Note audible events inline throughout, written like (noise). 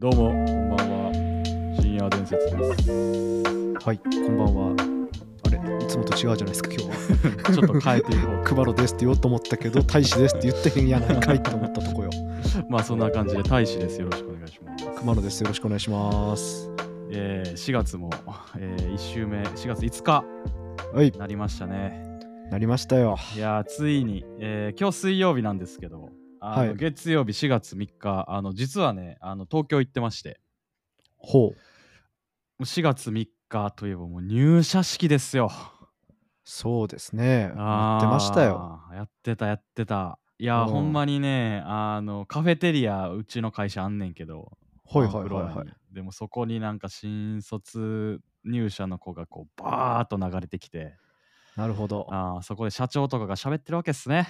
どうも、こんばんは。深夜伝説です。はい、こんばんは。あれ、いつもと違うじゃないですか、今日は。 (laughs) ちょっと変えていこう (laughs) クマロですって言おうと思ったけど、大使ですって言ってへんやないかいって思ったとこよ。 (laughs) と。まあそんな感じで、大使です。よろしくお願いします。クマロです、よろしくお願いします。えー、4月も、えー、1週目、4月5日はい、なりましたね。なりましたよ。いやー、ついに、えー今日水曜日なんですけど、あのはい月曜日4月3日、あの実はね、あの東京行ってまして、ほう、もう4月3日といえばもう入社式ですよ。そうですね。あ待ってましたよ。ー。やってた、やってた。いやー、うんほんまにね、あの、カフェテリア、うちの会社あんねんけど、はいワはンいフロアはいはいに。でもそこになんか新卒入社の子がこう、バーっと流れてきて、なるほど。あーそこで社長とかが喋ってるわけっすね。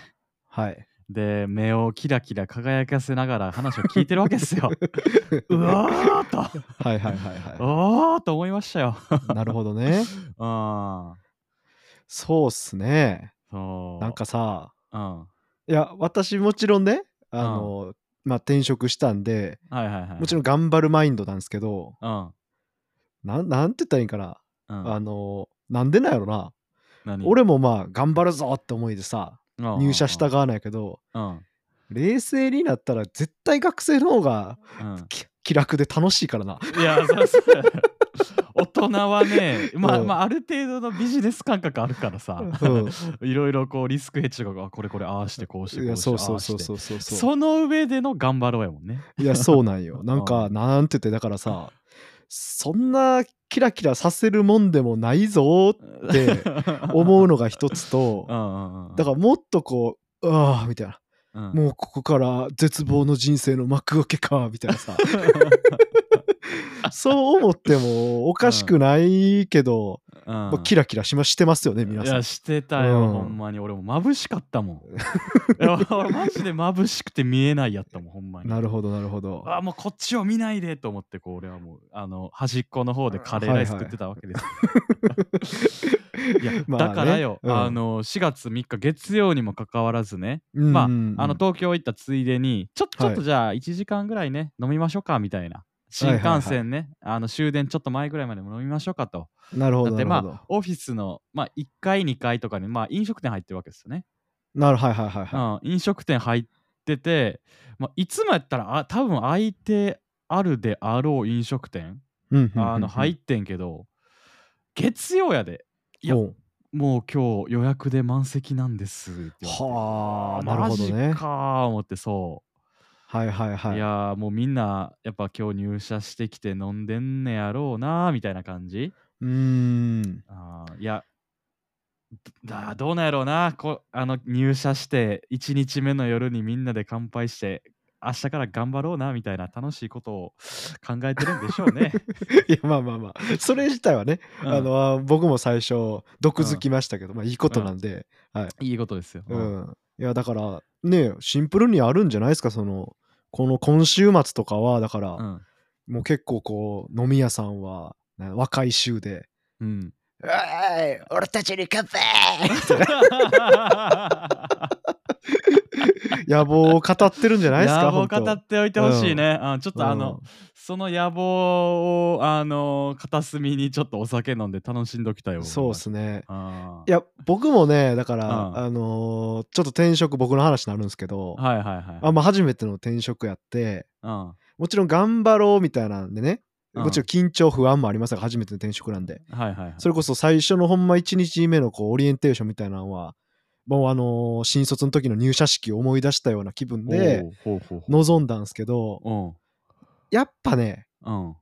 はい。で、目をキラキラ輝かせながら話を聞いてるわけっす (laughs) よ。うわーっと、はいはいはいはおーっと思いましたよ。い。なるほどね。うん。そうっすね。そう。なんか、さ、うん。はいや、私もちろんね、あの、まあ、転職したんで、いはいはい。もちろん頑張るマインドなんですけど、うん。なんなんて言ったらいいんかな。うん。あのなんでなんやろな何、俺もまあ頑張るぞって思いでさうん入社した。側なんやけどうん。冷静になったら絶対学生の方がうんき気楽で楽しいからないや、そうそう。 (laughs) 大人はね、まあ、うんまあ、ある程度のビジネス感覚あるから (laughs) さ、 (laughs) ういろいろこうリスクヘッジとかが、これこれ、ああして、こうして、いこやうして、そうそあうあそしうて。そうそうそうその上での頑張ろうやもんね。いやそうなんよなんうかなんて言ってだからさそんなキラキラさせるもんでもないぞって (laughs) 思うのが一つとうんうんうん。だからもっとこうああみたいなら、うん、もうここから絶望の人生の幕開けかみたいなさそう思ってもおかしくないけど、うん、まあ、キラキラしましてますよね皆いさや、ん。してたよ、うんほんまに。俺も眩しかったもん。いや (laughs) 俺、マジで眩しくて見えないやったもん、ほんまに。なるほどなるほど。あもうこっちを見ないでと思ってこう俺はもうあの端っこの方でカレーライス食ってたわけです。いや (laughs) まあねだからよ、うんあの4月3日月曜にもかかわらずね、うんまうんあの東京行ったついでにちょちょっとじゃあ1時間ぐらいね、飲みましょうかみたいな新幹線ね、あの終電ちょっと前ぐらいまで飲みましょうかとなるほだどっなてるまほど。あオフィスの、まあ、1階2階とかに、まあ、飲食店入ってるわけですよね。なるはいはいはいはうん、飲食店入ってて、まあ、いつもやったらあ多分空いてあるであろう飲食店、い。うんうんうんうんあの入ってんけど月曜やでいやおうもう今日予約で満席なんですって言われてはあーなるほどねマジかー思ってそ、、はいはいうはいい。やーもうみんなやっぱ今日入社してきて飲んでんねやろうなーみたいな感じうーん (laughs) あーいやだどうなんやろうなこあの入社して1日目の夜にみんなで乾杯して明日から頑張ろうなみたいな楽しいことを考えてるんでしょう (laughs) ね。いやまあまあまあそれ自体はね、うんあのあ僕も最初毒づきましたけど、まあいいことなんで、いいことですよ。うんいやだからねシンプルにあるんじゃないですかそのこの今週末とかはだから、うんもう結構こう飲み屋さんはな若い衆で (laughs) うん、 「おい俺たちに乾杯!」 (laughs) 野望を語ってるんじゃないですか (laughs) 野望本当語っておいてほしいね、あちょっとあの、うんその野望をあの片隅にちょっとお酒飲んで楽しんどきたよそうですねあいや僕もねだから、うんあのーちょっと転職僕の話になるんですけど、はいはいはいあまあ、初めての転職やってうんもちろん頑張ろうみたいなんでねうんもちろん緊張不安もありますが初めての転職なんではいはいはいそれこそ最初のほんま1日目のこうオリエンテーションみたいなのはもうあのー新卒の時の入社式を思い出したような気分でおうほうほうほう臨んだんですけどうんやっぱねうん。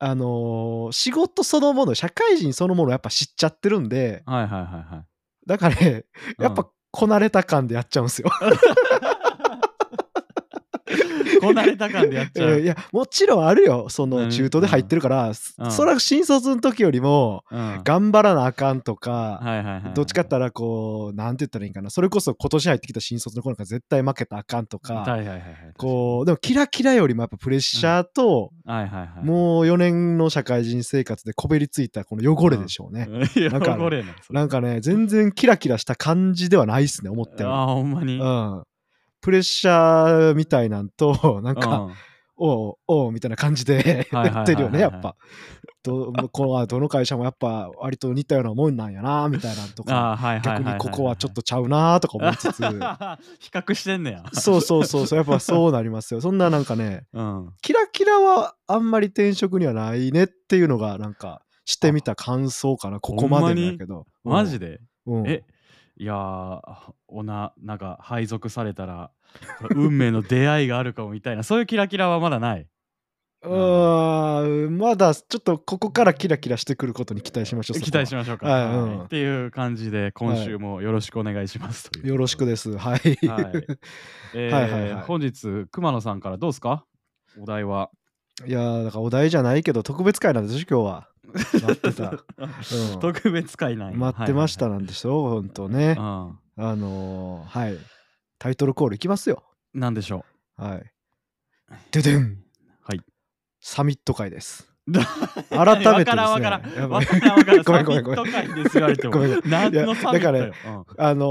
あのー仕事そのもの社会人そのものやっぱ知っちゃってるんではいはいはいはだからねい。やっう (laughs) ぱこなれた感でやっちゃうんですよ。ん、ここなれた感でやっちゃえーう (laughs) い。やもちろんあるよそうんの中途で入ってるから、うんそら新卒の時よりもうん頑張らなあかんとか、はいはいはい。どっちかって言ったらこうなんて言ったらいいんかなそれこそ今年入ってきた新卒の子なんか絶対負けたらあかんとか、はいはいはいはい。こうでもキラキラよりもやっぱプレッシャーと、う、はいはいはい。もう4年の社会人生活でこべりついたこの汚れでしょう (laughs) ね、うん、いや、なんかこれな。それなんかね全然キラキラした感じではないっすね思ってあも、あ、ほんまに。うん、プレッシャーみたいなんと (laughs) なんか、うんおうおうみたいな感じではいはいはいはいはいやってるよねやっぱど (laughs) このどの会社もやっぱ割と似たようなもんなんやなみたいなのとかああ、はいはいは逆いはいにここはちょっととちゃうなとか思いつつ (laughs) 比較してんねや。そうそうそうそうやっぱそうなりますよそんななんかねうん。キラキラはあんまり転職にはないねっていうのがなんかしてみた感想かなここまでなんやけどマジでうんえいやーおななんか配属されたら (laughs) 運命の出会いがあるかもみたいなそういうキラキラはまだない。うーんまだちょっとここからキラキラしてくることに期待しましょうそこ期は待しましょうか。はいはいうんっていう感じで今週もよろしくお願いしますというよろしくですはい、はい (laughs) えはいはいーはい本日熊野さんからどうですかお題は。 (laughs) いやーだからお題じゃないけど特別会なんでしょ今日 (laughs) は待ってた、う特別会なんやん、待ってました。なんでしょほんとはねいはいはいあのー、はいタイトルコールいきますようん。なんでしょはいででんはいサミット (laughs) 会ですだ改う。めてですねわからんわからやん。ばわいからんわからん。ごサめミんごめんごッめんト会です言われてもごめんごめん。何のサミットいやよだ。うんあの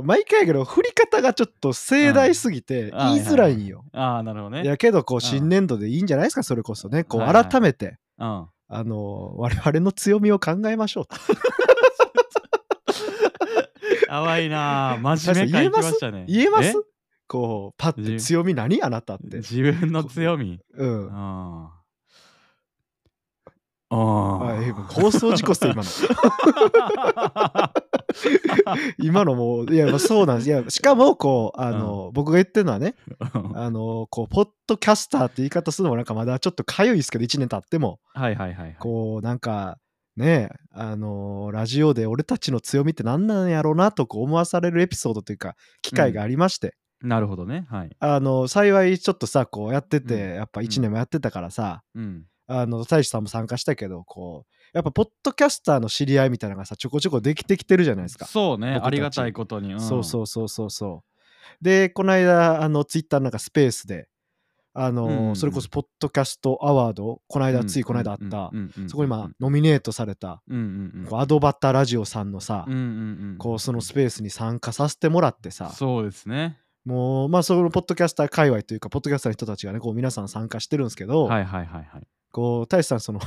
ー、毎回やけど振り方がちょっと盛大すぎてうんはいはい言いづらいんよ、ああ、なるほどね。やけどんこう新年度でいいんじゃないですかそれこそねこうはいはい改めて、うん。あのー我々の強みを考えましょうとやばいなあ真面目かいきましたね。言えますこうパッて強み何あなたっえて自分の強み。うんうん。うんはい、今放送事故っすよ今の今のもういやまあそうなんですいやしかもこうあの、僕が言ってるのはねあのこうポッドキャスターって言い方するのもなんかまだちょっとかゆいですけど1年経っても (laughs) はいはいはいはい。こうなんかねあのラジオで俺たちの強みって何なんやろうなとこう思わされるエピソードというか機会がありまして、なるほどね。はい。あの幸いちょっとさこうやってて、うんやっぱ1年もやってたからさ、うん。あの大志さんも参加したけどこうやっぱポッドキャスターの知り合いみたいなのがさちょこちょこできてきてるじゃないですか。そうね。僕たちありがたいことに。。そうそううそうそうそう。で、この間、あの、ツイッターなんかスペースで、あのー、うんそれこそ、ポッドキャストアワード、この間、うんついこの間あった、。うんうんそこに、まあ、ノミネートされた、うんうんうん。こうアドバタラジオさんのさ、うんうんうん。こう、そのスペースに参加させてもらってさ、そうですね。もう、まあ、その、ポッドキャスター界隈というか、ポッドキャスターの人たちがね、こう、皆さん参加してるんですけど、はいはいはいはい。こう、大志さん、その、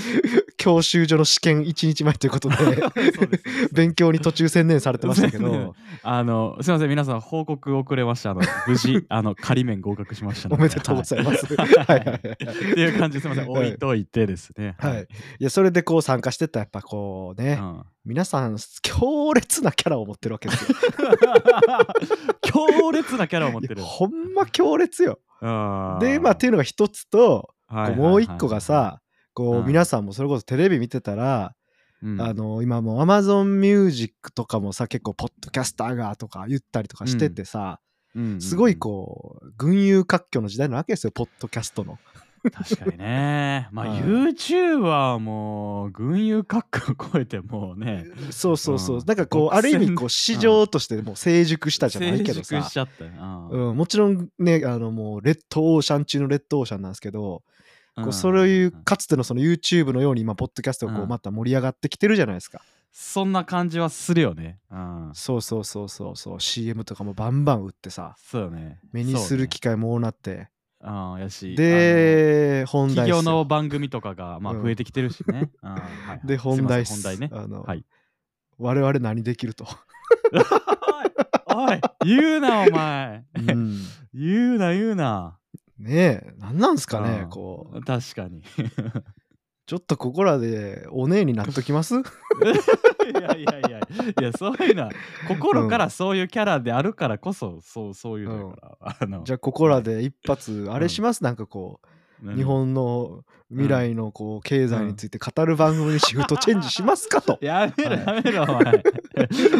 (laughs) 教習所の試験1日前ということで、 (laughs) そうですそうです勉強に途中専念されてましたけ専 (laughs) 念ど、あの、すみません、皆さん、報告遅れました。あの、無事、あの、仮面合格しましたの (laughs) おめでとうございます。 (laughs) ははいいはいはいっていう感じですみません、は置いいといてですね。はい。いや、それでこう参加してったやっぱこううね、ん皆さん強烈なキャラを持ってるわけですよ。強烈なキャ (laughs) ラを持っているや。ほんま強烈よ。あーで、まあっていうのが一つと、はいはいはいこうもう一個がさ、こううん皆さんもそれこそテレビ見てたら、うんあの今もう Amazon Music とかもさ結構ポッドキャスターがとか言ったりとかしててさ、うんうんうんすごいこう群雄割拠の時代なわけですよポッドキャストの。確かにねまあはい YouTube はもう群雄割拠を超えてもうねそうそうそう、うんなんかこうある意味こう市場としてもう成熟したじゃない成けどさ、熟しちゃったよなうんうん、もちろんねあのもうレッドオーシャン中のレッドオーシャンなんですけど、こうそういうかつてのその YouTube のように今ポッドキャストがこううんまた盛り上がってきてるじゃないですか、そんな感じはするよねうんそうそうそうそうそう CM とかもバンバン売ってさそうよね目にする機会も多なって、そうねうんやしであ本の題企業っすのよ番組とかがまあうん増えてきてるしねうんはいはいですいません本題っす本題ねあの、はい我々何できると、おいおい言うなお前うん、言うな言うなねえ何なんすかね、うんこう確かに (laughs) ちょっとここらでおねえになっときます (laughs) いやいやいやいやそういうのは心からそういうキャラであるからこそそうそういうのやから、あのじゃあここらで一発あれします、なんかこううん。日本の未来のこう経済について語る番組にシフトチェンジしますかとやめろやめろお (laughs) 前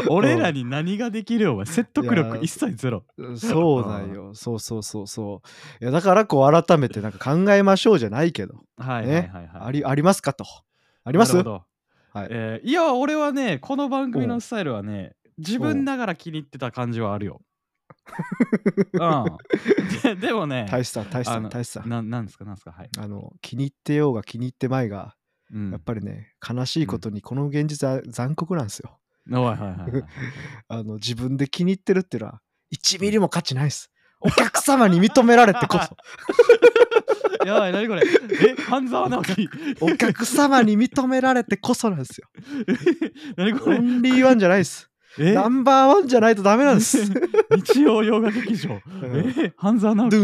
俺らに何ができるよお前説得い力や一切ゼロ (laughs) そうだよ。そうそうそうそう。いやだからこう改めてなんか考えましょうじゃないけど、はいはいねはいはいありありますかと。ありますなるほどはいえーいや俺はねこの番組のスタイルはね自分ながら気に入ってた感じはあるよ。 (laughs) うん、ででもね大志さん、大志さあん、の大志さん。ななんですかなんですかはい。あの気に入ってようが気に入ってまいが、うんやっぱりね、悲しいことにこの現実は残酷なんですよ。はいはいはいはい (laughs) あの自分で気に入ってるっていうのは1ミリも価値ないです。お客様に認められてこそ、やばい何これえ半沢直樹 (laughs) お客様に認められてこそなんですよ。何こオれンリーワンじゃないです。えナンバーワンじゃないとダメなんです。ド (laughs) 日曜洋画劇場んえ半沢直ゥ樹ー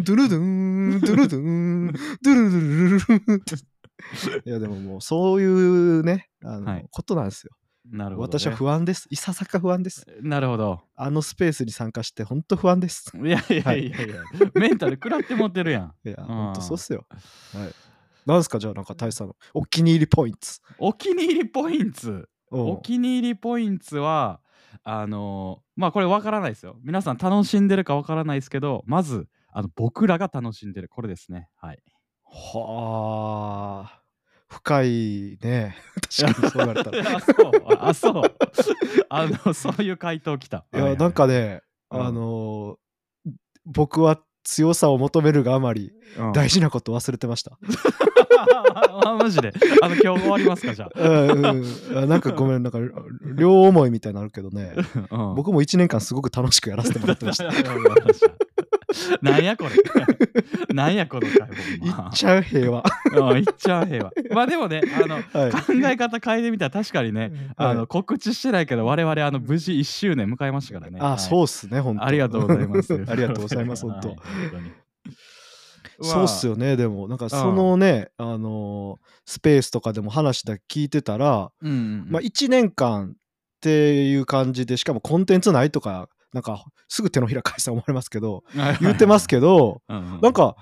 ン、ドゥルドゥーン、ドゥルドゥーン、ドゥルドゥルルルルルンっていやでももうそういうね、あの、はいことなんですよ。なるほど、ね、私は不安です。いささか不安です。なるほどあのスペースに参加して本当不安です。いやいやいやいや、メンタル食らって持ってるやんいや、ん本当そうっすよ。はい。なんすかじゃあなんか大志さんのお気に入りポイント。お気に入りポイントうんお気に入りポイントはあのーまあこれわからないですよ皆さん楽しんでるかわからないですけどまずあの僕らが楽しんでるこれですねはいはあ。深いね。 (laughs) 確かにそう言われ (laughs) たら。いあそうあそうあのそういう回答きたはや、はなんかね、うんあのー僕は強さを求めるがあまりうん大事なこと忘れてました。 (laughs) あマジであの今日終わりますか (laughs) じゃうんうんあなんかごめ (laughs) ん、なんか両思いみたいになるけどね、あ、うん僕も1年間すごく楽しくやらせてもらっ (laughs) てました。なんやこれなんやこの会い話っちゃう平和。うんいっちゃう平和まあでもねあのはい考え方変えてみたら確かにね、あの告知してないけど我々あの無事1周年迎えましたからね。あ、はいそうっすね、本当ありがとうございます (laughs) 。ありがとうございます、本 (laughs) 当。はい本当にそうっすよね、でも、なんかそのね、あのースペースとかでも話だけ聞いてたら、うんうんうんまあ、1年間っていう感じで、しかもコンテンツないとか、なんかすぐ手のひら返した思われますけど、言ってますけど、ど、うんうんなんか、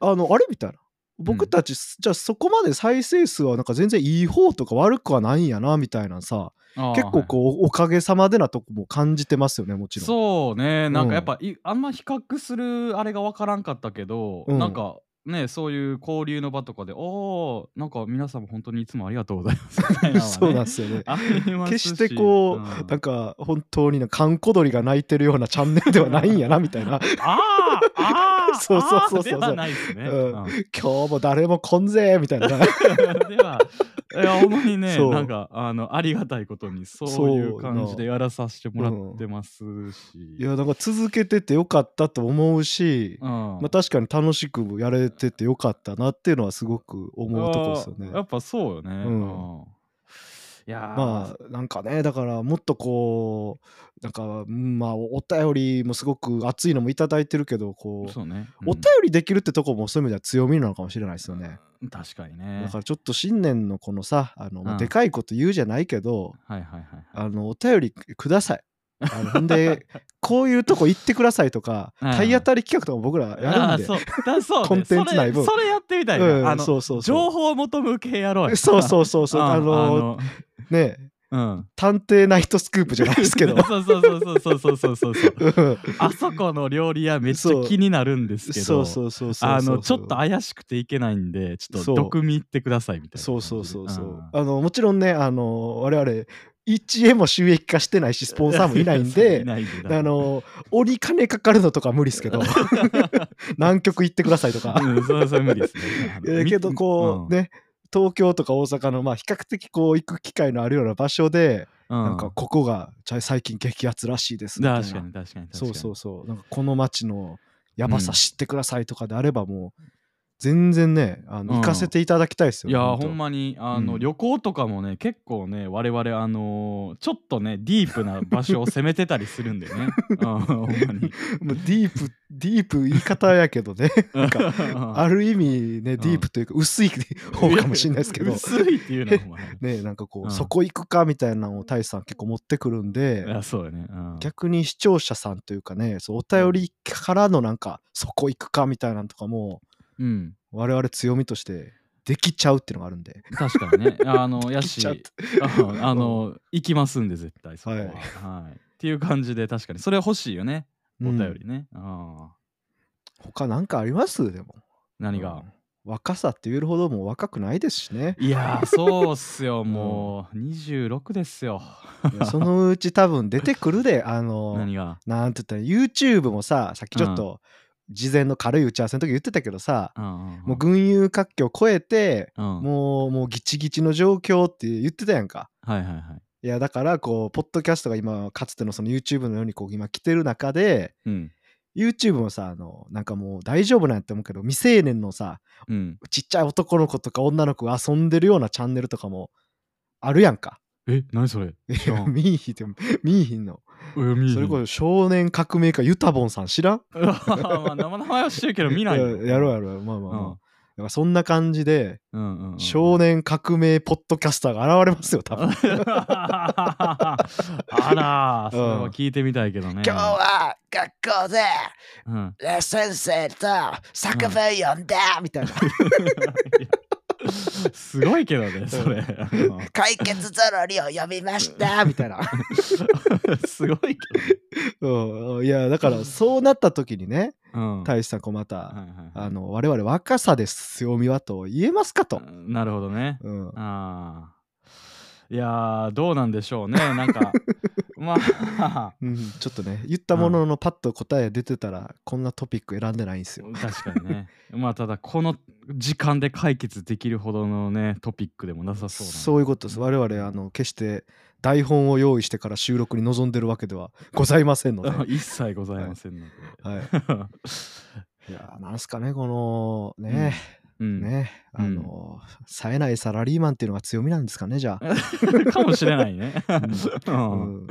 あの、あれみたいな。僕たち、じゃあそこまで再生数はなんか全然いい方とか悪くはないんやなみたいなさあー結構こうおかげさまでなとこも感じてますよねもちろんそうねなんかやっぱ、いあんま比較するあれが分からんかったけど、うんなんかねそういう交流の場とかで「おーなんか皆さんも本当にいつもありがとうございます」みたいなのはね (laughs) そうなんですよねあります決してこう、んなんか本当にな閑古鳥が鳴いてるようなチャンネルではないんやなみたいな (laughs) あーあー (laughs) そうそうそあーうそうではないですね。うんうん (laughs) 今日も誰も来んぜみたいなではいや主にねそうなんかあのありがたいことにそうそういう感じでやらさせてもらってますし、いやなんか続けててよかったと思うし、うんまあ、確かに楽しくやれててよかったなっていうのはすごく思うとこですよねあーやっぱそうよね、んうんいやーまあなんかねだからもっとこうなんかうんまあお便りもすごく熱いのもいただいてるけどこうそうね、お便りできるってとこもそういう意味では強みなのかもしれないですよね。うん確かにねだからちょっと新年のこのさあの、まあうんでかいこと言うじゃないけど、はいはいはいあのお便りください。あのほん (laughs) でこういうとこ行ってくださいとかうん体当たり企画とか僕らやるんであーそうだそうね、コンテンツない分それそれやってみたいな、うんあのそうそうそう情報を求む系やろうよそうそうそうそうあのねうん探偵ナイトスクープじゃないですけ (laughs) どそうそうそうそうそうそうそうそううんあそこの料理屋めっちそゃう気になるんですけどそうそうそうそうあのちょっと怪しくていけないんでちょっそうと毒味行ってくださいみたいな感そうじでそうそうそうあーあのもちろんねあの我々1円も収益化してないしスポンサーもいな (laughs) いんいでないんであの折り金かかるのとかは無理ですけど南極行ってくださいとかうん (laughs) それはそれは無理ですねあのえーけどこう、、ね東京とか大阪のまあ比較的こう行く機会のあるような場所で、みうんなんかここがちゃ最近激アツらしいでうすんみたいな確かに確かに確かにそうそうそうなんかこの街のやばさ知ってくださいとかであればもう全然ねあのうん行かせていただきたいですよ、いやほーんとほんまにあの、うん旅行とかもね結構ね我々あのーちょっとねディープな場所を攻めてたりするんで (laughs) ね、うん、ほんまにもうディープディープ言い方やけ (laughs) どねある意味ねディープというか薄い方かもしれないですけど薄いっていうのはお (laughs) 前ねなんかこう、うんそこ行くかみたいなのを大志さん結構持ってくるんで、あそうよね、うん逆に視聴者さんというかねそうお便りからのなんかそこ行くかみたいなのとかもうん我々強みとしてできちゃうっていうのがあるんで確かにね。あ (laughs) の、やできしちゃうって、ああの、行きますんで、絶対そこは。はいはい。っていう感じで、確かに。それ欲しいよね。おうん便りね。ああ。他なんかありますでも何が、うん若さって言えるほどもう若くないですし (laughs) ねいやー、そうっすよ。もう、26ですよ。いやそのうち多分出てくるであの何がなんて言ったら YouTube もささっきちょっと事前の軽い打ち合わせの時言ってたけどさ、もう群雄割拠を超えて、うんうん、もうもうギチギチの状況って言ってたやんかはいはいはい。いやだからこうポッドキャストが今かつてのその YouTube のようにこう今来てる中でうん。 YouTube もさあのなんかもう大丈夫なんやって思うけど未成年のさうん。ちっちゃい男の子とか女の子が遊んでるようなチャンネルとかもあるやんか。え、何それい知ら (laughs) やん。見いひんて見いひんの。そそれこそ少年革命家ゆたぼんさん知らんそ。まあ、名前は知ってるけど見ないよ。ややろうやろう。まあまあまあ。うんだからそんな感じでうんうんうん。少年革命ポッドキャスターが現れますよ多分。あら、それは聞いてみたいけどね。今日は学校でうん、 (laughs) えー先生と作文読んで、みたいなすごいけどね、それ。解決ぞろりを読みましたみたいな (laughs) すごいけうん、いやだからそうなった時にねど。うん大志さんこうまたはいはいはいあの我々若さです強みはと言えますかと。なるほどね。うん、あーいやー、どうなんでしょう (laughs) ね。なんか、まあ、うんちょっとね言ったもののパッと答え出てたらこんなトピック選んでないんですよ。確かにね。まあ、ただ、この時間で解決できるほどのね、トピックでもなさそうなんでそういうことです。我々あの決して台本を用意してから収録に臨んでるわけではございません (laughs) ので。は一切ございませんので。い、いやーなんすかねこのね、うん、ねあの、冴えないサラリーマンっていうのが強みなんですかねじゃあ。 (laughs) かもしれないね。 (laughs) うんうん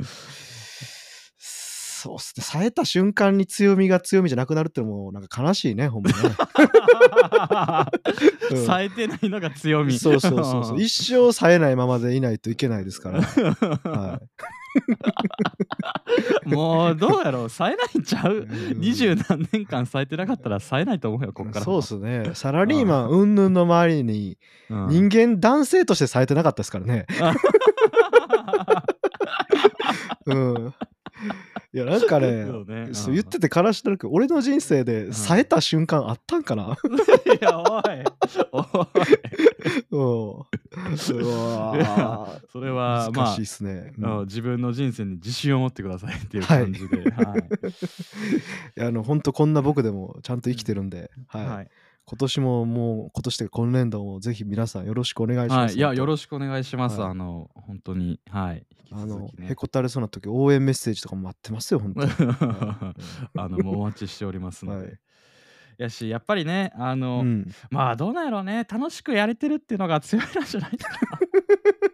そうっすね冴えた瞬間に強みが強みじゃなくなるってのもなんか悲しいねほんまね。うん冴えてないのが強 (laughs) み。そうそうそうそう。ん一生冴えないままでいないといけないで (laughs) すから。はもうどうやろう、冴えないんちゃい。う二十何年間冴えてなかったら冴えないと思うよ、こっから。そうですね。サラリーマン云々の周りにうん人間男性として冴えてなかったですからね。うん。いやなんかねそう、ねうんそう言ってて悲しくなるけど、俺の人生で冴えた瞬間あったんかな。 (laughs) いや、おい。おい。うん。うわーそれは、ま難あしい。ですね。うんうん自分の人生に自信を持ってくださいっていう感 (laughs) じで。はいいやあの本当こんな僕でもちゃんと生きてるんで、はいはい。今年ももう今年というか今年度もぜひ皆さんよろしくお願いしまはす。い、いや、よしろしくお願いします。はいあの、本当に、はい。引きあ続のき、へね。こたれそうな時応援メッセージとかも待ってますよ (laughs) 本当に。あの、もうお待ちしておりますので。はいやし、やっぱりね、あの、うんまあ、どうなんやろうね、楽しくやれてるっていうのが強いなんじゃない (laughs) かな。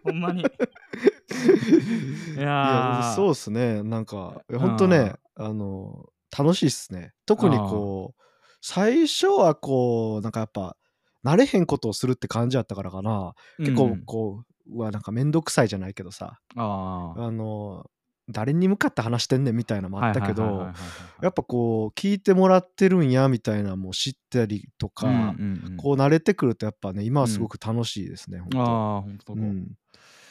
ほんまに。いやーいやそうですねなんか本当ねあの楽しいっすね特にこう最初はこうなんかやっぱ慣れへんことをするって感じやったからかな、結う構んこううわなんか面倒くさいじゃないけどさあーあの誰に向かって話してんねんみたいなのもあったはけいはいはいどはいはいはいやっぱこう聞いてもらってるんやみたいなのも知ったりとか、うんうんうんこう慣れてくるとやっぱね今はすごく楽しいですね、ああー、本ほんと当こう。うん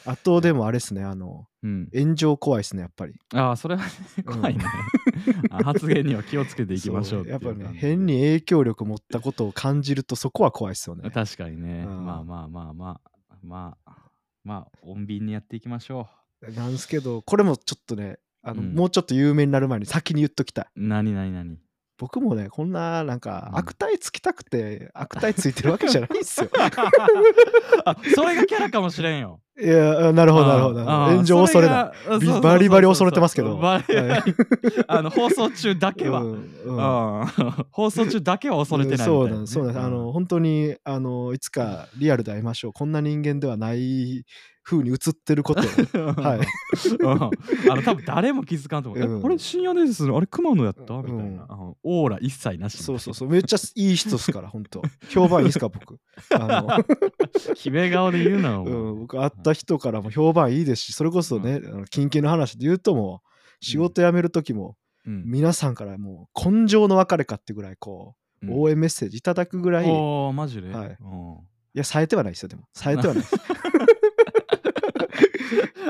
あとでもあれですねあのうん炎上怖いですねやっぱりああ、それはね、 (laughs) 怖いね。あ (laughs) 発言には気をつけていきましょうそやっぱていうね感じ変に影響力持ったことを感じるとそこは怖いですよね確かにね、うんまあまあまあまあまあまあ穏便にやっていきましょなんですけどこれもちょっとねあの、うんもうちょっと有名になる前に先に言っときたいう何何 (laughs) 何僕もねこんななんかうん悪態つきたく (laughs) て悪態ついてるわけじゃないんですよあそれがキャラかもしれんよいやなるほどなるほどああ炎上恐れないそがびそうそうバリバリそう恐れてますけどバリバリはあの放送中だけは、ううんんうん (laughs) 放送中だけは恐れてないみたいなそうねなんですそうなんですあの本当にあのいつかリアルで会いましょうこんな人間ではない風に映ってる (laughs) ことをはいうんあの多分誰も気づかんと思う、うんえこれ深夜伝説のあれ熊野やったみたいな、うんあのオーラ一切なしそうそうそそうめっちゃいい人っすから本 (laughs) 当評判いいっすか僕あのう悲鳴顔で言う (laughs) なお前うん、僕会った人からも評判いいですしそれこそね、あの近々の話で言うともう仕事辞める時も、うん皆さんからもう根性の別れかってぐらいこうん応援メッセージいただくぐらい、いおー、マジで、はいうんや、冴えてはないですよ、でも。冴えて (laughs) はないです。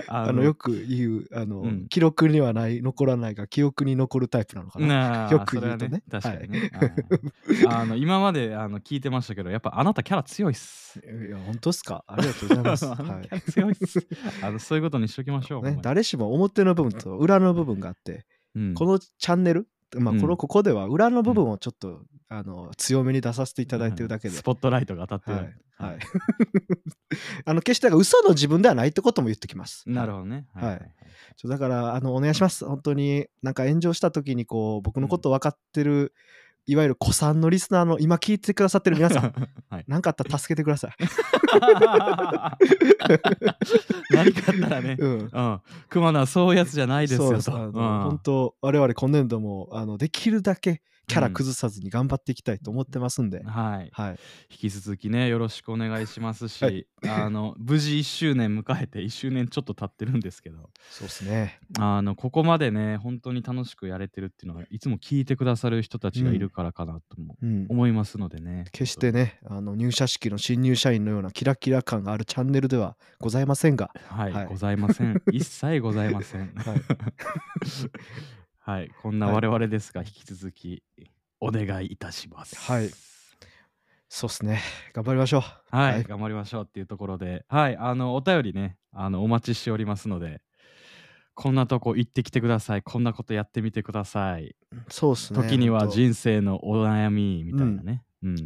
ああの、よく言う、あの、うん記録にはない、残らないが、記憶に残るタイプなのかな。なあよく言うとねそれはね確かにね。あーあの今まであの聞いてましたけど、やっぱあなたキャラ強いっす。いや、本当ですか。ありがとうございま (laughs) す。あの (laughs) はキいャ。ラ強いっす。あのそういうことにしときましょう。ほ、ねんまに誰しも表の部分と裏の部分があって、うんこのチャンネル、まあ、うんこのここでは裏の部分をちょっと、あの強めに出させていただいてるだけでス、ポットライトが当たってる。はいはい (laughs) あの決してだから嘘の自分ではないってことも言ってきます。なるどほどね。はいだからあのお願いします。本当になんか炎上した時にこう僕のこと分かってる、いわゆる子さんのリスナーの今聞いてくださってる (laughs) 皆さんはい何かあったら助けてください。何かあったら (laughs) ね。うんうん。熊野はそういうやつじゃないですそうよですと。あのうん本当我々今年度もあのできるだけキャラ崩さずに頑張っていきたいと思ってますんで、はい。はい、引き続きねよろしくお願いしますし、(laughs) はあの無事1周年迎えて1周年ちょっと経ってるんですけどそうですね。あのここまでね本当に楽しくやれてるっていうのはいつも聞いてくださる人たちがいるからかなともうん、思いますのでね、決してねあの入社式の新入社員のようなキラキラ感があるチャンネルではございませんが、はい、はいございませ (laughs) ん一切ございませんはい、はいこんなはい我々ですが、引き続きお願いいたしますはいそうっすね頑張りましょうはい、はい頑張りましょうっていうところで、はい、あの、お便りね、あの、お待ちしておりますので、こんなとこ行ってきてください、こんなことやってみてください、そうっすね時にはほんと人生のお悩みみたいなね。うん。 (laughs) い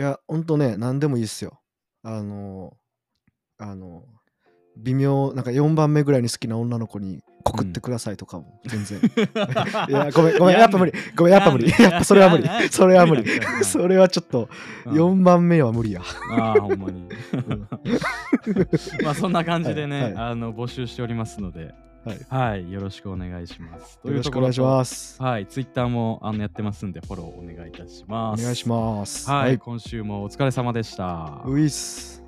やほんとね何でもいいっすよあのあの微妙なんか4番目ぐらいに好きな女の子に告ってくださいとかも全然、 (laughs) いやごめんごめんやっぱ無理ごめんやっぱ無理 (laughs) なんでやっぱそれは無理なんでそれは無理無理なんだそれはちょっとうん4番目は無理や、ああ、ほん (laughs) まに。んまあ、そんな感じでね、はいはいあの、募集しておりますので、はい、よろしくお願いします。よろしくお願いしす。ますはい、ツイッターもあのやってますんで、フォローお願いいたしおます。願いしますはい、今週もお疲れ様でした。ウィス